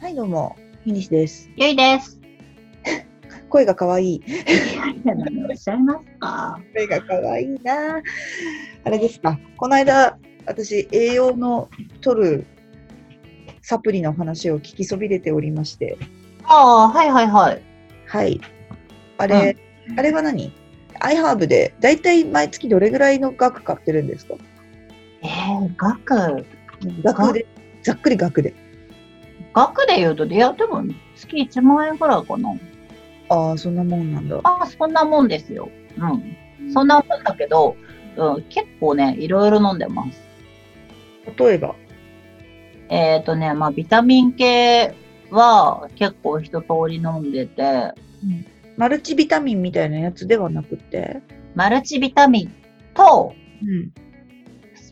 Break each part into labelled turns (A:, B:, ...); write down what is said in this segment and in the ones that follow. A: はい、どうも。フィニッシュです。
B: ゆいです。
A: 声が可愛い。
B: 何をおっしゃいますか。
A: 声が可愛いな。あれですか。この間、私、栄養の取るサプリの話を聞きそびれておりまして。
B: ああ、はいはいはい。
A: はい。あれ、あれは何 ?iHerb で、だいたい毎月どれぐらいの額買ってるんですか
B: えー、額、
A: 額で、ざっくり額で。
B: 額で言うと、いや、でも月1万円ぐらいかな。
A: ああ、そんなもんなんだ。
B: ああ、そんなもんですよ。うん。そんなもんだけど、うん、結構ね、いろいろ飲んでます。
A: 例えば。
B: えっ、ー、とね、まあ、ビタミン系は結構一通り飲んでて、
A: マルチビタミンみたいなやつではなくて、
B: マルチビタミンと、
A: う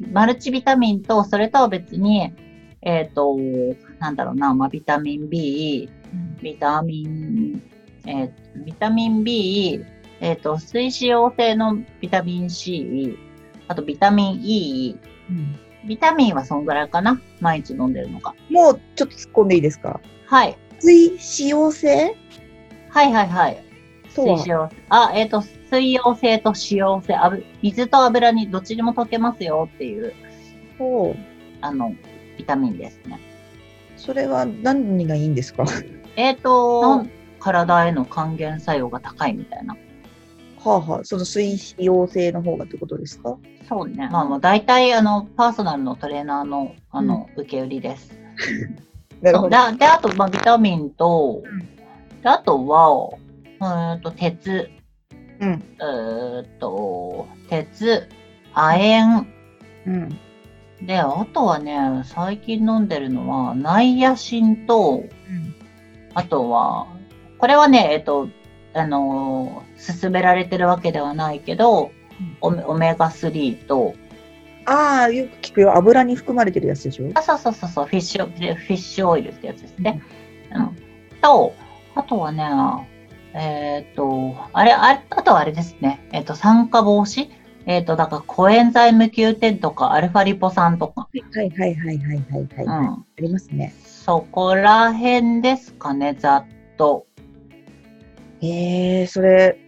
A: ん、
B: マルチビタミンと、それとは別に、えっ、と、なんだろうな、まあ、ビタミン B、ビタミン、えービタミン B、えっ、と、水溶性のビタミン C、あとビタミン E、
A: うん
B: ビタミンはそんぐらいかな毎日飲んでるのが。
A: もうちょっと突っ込んでいいですか
B: はい。
A: 水溶性
B: はいはいはい。
A: と
B: 水
A: は
B: 溶あ、えっ、と、水溶性と脂溶性、あぶ水と油にどっちにも溶けますよっていう、
A: ほう
B: あの、ビタミンですね。
A: それは何がいいんですか は
B: えっ、と、体への還元作用が高いみたいな。
A: あはあ、その水溶性の方がってことですか
B: そうね。まあまあ、大体、あの、パーソナルのトレーナーの、あの、受け売りです。
A: なる
B: そ
A: ほど。
B: うだで、あと、まあ、ビタミンと、
A: うん
B: であとは、うーんと、鉄、
A: うん
B: うーんと、鉄、亜
A: うん。
B: 鉛、で、あとはね、最近飲んでるのは、ナイアシンと、あとは、これはね、えっと、あのー勧められてるわけではないけど、オメオメガ3と、
A: ああ、よく聞くよ。油に含まれてるやつでしょ
B: あ、そうそうそうそう、フィッシュ、フィッシュオイルってやつですね。うん。と、あとはね、えっ、と、あれ、あれ、あとはあれですね。えっ、と、酸化防止えっ、と、だから、コエンザイム Q10 とか、アルファリポ酸とか、
A: はいはいはいはいはいはい。
B: う
A: あ
B: ん。
A: りますね。
B: そこら辺ですかね、ざっと。
A: えー、それ、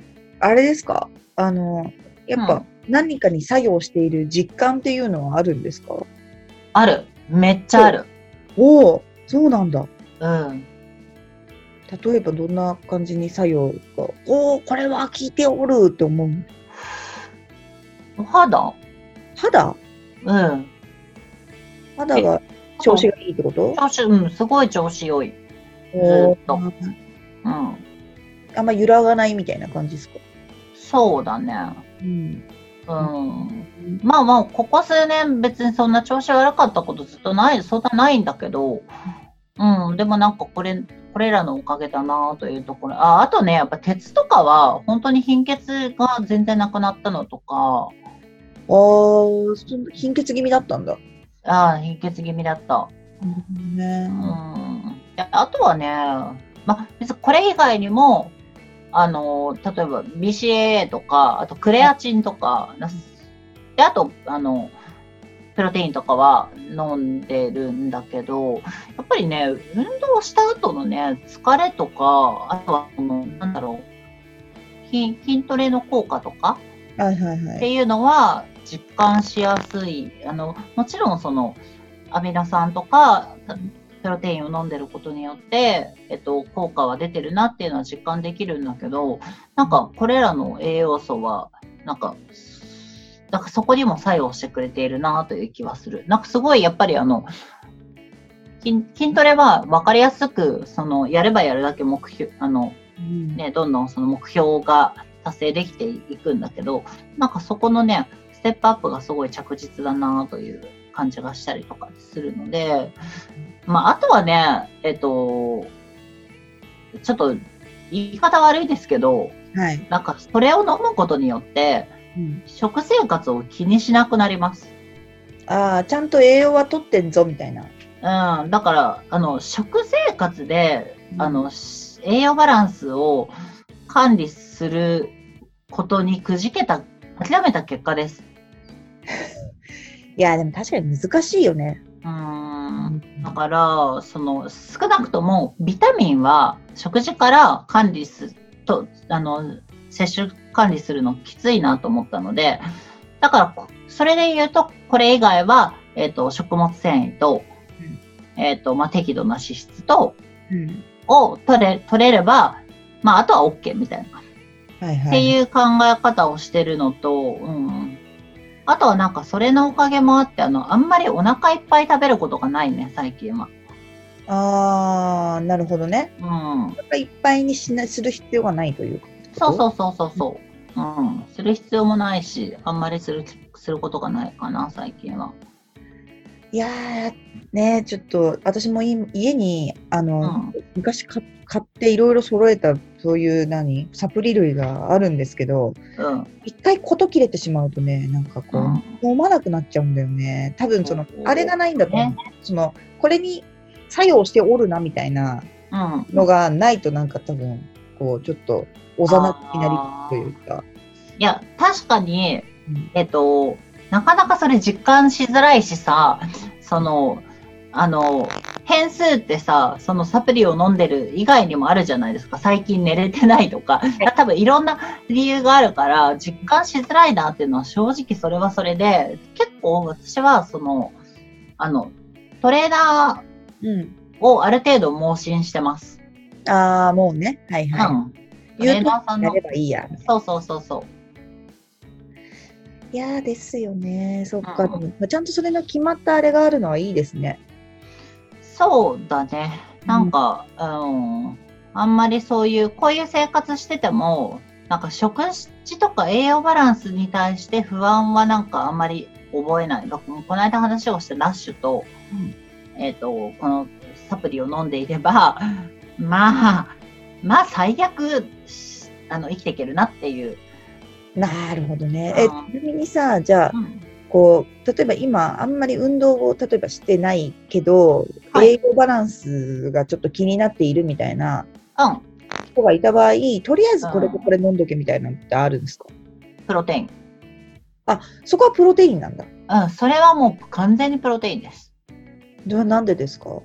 A: あれですかあの、やっ
B: う
A: ぱ何かに作用している実感っていうのはあるんですか
B: ある。めっちゃある。
A: おお、そうなんだ。
B: うん。
A: 例えばどんな感じに作用が、おお、これは効いておるって思う。
B: お肌
A: 肌
B: うん。
A: 肌が調子がいいってこと
B: 調子、うん、すごい調子良い。
A: お
B: ずっと
A: ー
B: うん。
A: あんま揺らがないみたいな感じですか、
B: そうだね。
A: うん、
B: うんまあまあ、ここ数年別にそんな調子悪かったことずっとない、そんなないんだけど、うん、でもなんかこれ、これらのおかげだなというところ。あ、あとね、やっぱ鉄とかは本当に貧血が全然なくなったのとか、
A: あーそ貧血気味だったんだ。
B: ああ、貧血気味だった。
A: ね
B: うん。であとはね、まあ、別にこれ以外にも、あの、例えば BCAA とか、あとクレアチンとか、で、あと、あの、プロテインとかは飲んでるんだけど、やっぱりね、運動した後のね、疲れとか、あとは、その、なんだろう、筋筋トレの効果とか、
A: はいはいは
B: っ
A: い。
B: ていうのは実感しやすいあのもちろんそのアミノ酸とかプロテインを飲んでることによって、えっと、効果は出てるなっていうのは実感できるんだけどなんかこれらの栄養素はなんかなんかそこにも作用してくれているなという気はする。なんかすごいやっぱりあの筋筋トレは分かりやすくそのやればやるだけ目標あの
A: うん
B: ね、どんどんその目標が達成できていくんだけど、なんかそこのね、ステップアップがすごい着実だなという感じがしたりとかするので、まあ、あとはね、えっと、ちょっと言い方悪いですけど、
A: はい、
B: なんかそれを飲むことによって、
A: うん
B: 食生活を気にしなくなります。
A: ああ、ちゃんと栄養は取ってんぞみたいな。
B: うん、だから、あの、食生活で、あの、し栄養バランスを管理することにくじけた、諦めた結果です。
A: いや、でも確かに難しいよね。
B: うーん。だからその少なくともビタミンは食事から管理すとあの摂取管理するのきついなと思ったのでだからこそれで言うとこれ以外は、えっと食物繊維と,、えっとまあ、適度な脂質と
A: うん
B: を取れ取れれば、まあ、あとは OK みたいな。
A: はいは
B: って
A: い。
B: いう考え方をしてるのと、うん。あとはなんかそれのおかげもあって、あの、あんまりお腹いっぱい食べることがないね、最近は。
A: ああ、なるほどね。
B: うん。
A: お腹いっぱいにしなする必要がないというか。
B: そうそうそうそうそう。うん。する必要もないし、あんまりする、することがないかな、最近は。
A: いやー、ねちょっと私もい家にあ
B: う
A: の、
B: ん。
A: 昔か買っていろいろ揃えたそういう何サプリ類があるんですけど
B: うん。
A: 一回こと切れてしまうとねなんかこう、飲まなくなっちゃうんだよね多分その
B: そう
A: あれがないんだと思う、そのこれに作用しておるなみたいな
B: うん。
A: のがないとなんか多分こうちょっとおざなりになりというか、
B: いや、確かに、
A: うん
B: えっと、なかなかそれ実感しづらいしさ、その、あの、変数ってさ、そのサプリを飲んでる以外にもあるじゃないですか。最近寝れてないとか、多分いろんな理由があるから、実感しづらいなっていうのは正直それはそれで、結構私はその、あの、トレーナ
A: うん、
B: ーをある程度盲信してます。
A: ああもうねはいはい、
B: うん。ト
A: 言
B: レー
A: うと
B: ナーさん
A: や
B: の
A: れ。ばいいや
B: そうそうそうそう。
A: いやーですよねそっか、
B: うん
A: でもまあちゃんとそれの決まったあれがあるのはいいですね
B: そうだね。なんか、うん、あんまりそういう、こういう生活してても、なんか食事とか栄養バランスに対して不安はなんかあんまり覚えない。だからこの間話をしたラッシュと、えっ、と、このサプリを飲んでいれば、 まあ、まあ最悪、しあの、生きていけるなっていう。
A: なるほどね。え、ち
B: うん
A: なみにさ、じゃあ
B: う、ん
A: こう、例えば今、あんまり運動を例えばしてないけど、
B: はい
A: 栄養バランスがちょっと気になっているみたいな
B: う
A: 人がいた場合、とりあえずこれ
B: うん
A: とこれ飲んどけみたいなのってあるんですか
B: ん、プロテイン。
A: そこはプロテインなんだ。
B: うん、それはもう完全にプロテインです。
A: でなんでですか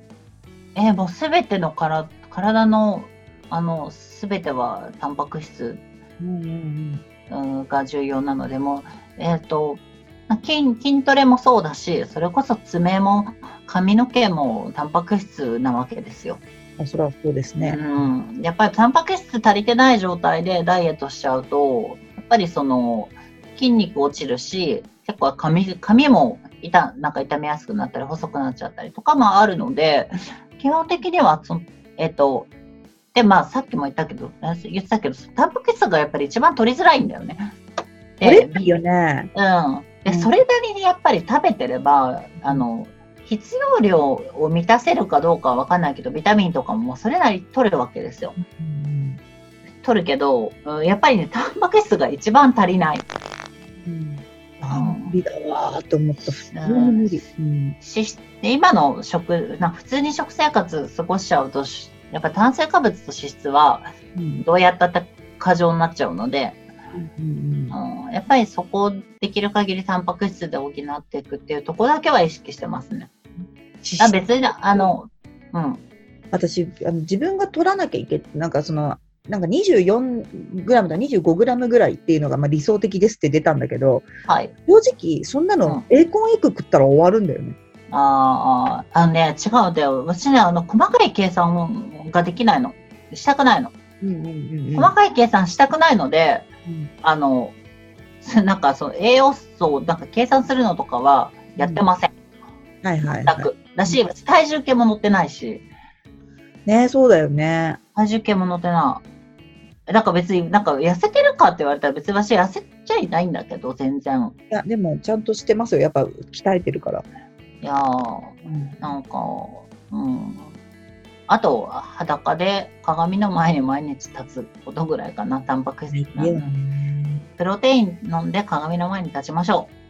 B: えーもうすべてのから体のあのすべてはタンパク質
A: うんうん
B: うんが重要なのでもうえっ、と筋筋トレもそうだしそれこそ爪も髪の毛もタンパク質なわけですよ、
A: うん。あそれはそうですね。
B: うん、やっぱりタンパク質足りてない状態でダイエットしちゃうとやっぱりその筋肉落ちるし結構髪髪も痛なんか痛みやすくなったり細くなっちゃったりとかもあるので基本的にはそのえっ、とでまあさっきも言ったけどあ言ってたけどタンパク質がやっぱり一番取りづらいんだよね。
A: これいいよね。
B: うん、
A: う
B: で
A: ん
B: それなりにやっぱり食べてればあの必要量を満たせるかどうかは分かんないけどビタミンとかもそれなりに取るわけですよ
A: うん
B: 取るけど、うんやっぱりねタンパク質が一番足りない
A: うんあ無理だわーと思った。普通に無理。うん
B: 脂質で今の食な普通に食生活過ごしちゃうとしやっぱ炭水化物と脂質は
A: うん
B: どうやったって過剰になっちゃうので、
A: うん
B: うん、やっぱりそこをできる限りタンパク質で補っていくっていうところだけは意識してますね。あ別にあのうん
A: 私あの自分が取らなきゃいけなんかそのなんか24グラムだ25グラムぐらいっていうのがまあ理想的ですって出たんだけど
B: はい。
A: 正直そんなのエーコンエッグ食ったら終わるんだよね。
B: あーあー、あのね、違うんだよ。私ね、あの、細かい計算ができないの。したくないの。
A: うんうんうん
B: 細かい計算したくないので、
A: うん
B: あの、 なんかその栄養素をなんか計算するのとかはやってません。
A: はいはい、
B: 楽、
A: は
B: だし、体重計も乗ってないし、
A: い。ねそうだよね。
B: 体重計も乗ってない。なんか別に、なんか痩せてるかって言われたら別に私痩せちゃいないんだけど、全然。
A: いやでもちゃんとしてますよやっぱ鍛えてるから。
B: いやー、なんか、うん。あと、裸で鏡の前に毎日立つことぐらいかな、タンパク質
A: いいよ
B: な。
A: ね
B: プロテイン飲んで鏡の前に立ちましょう。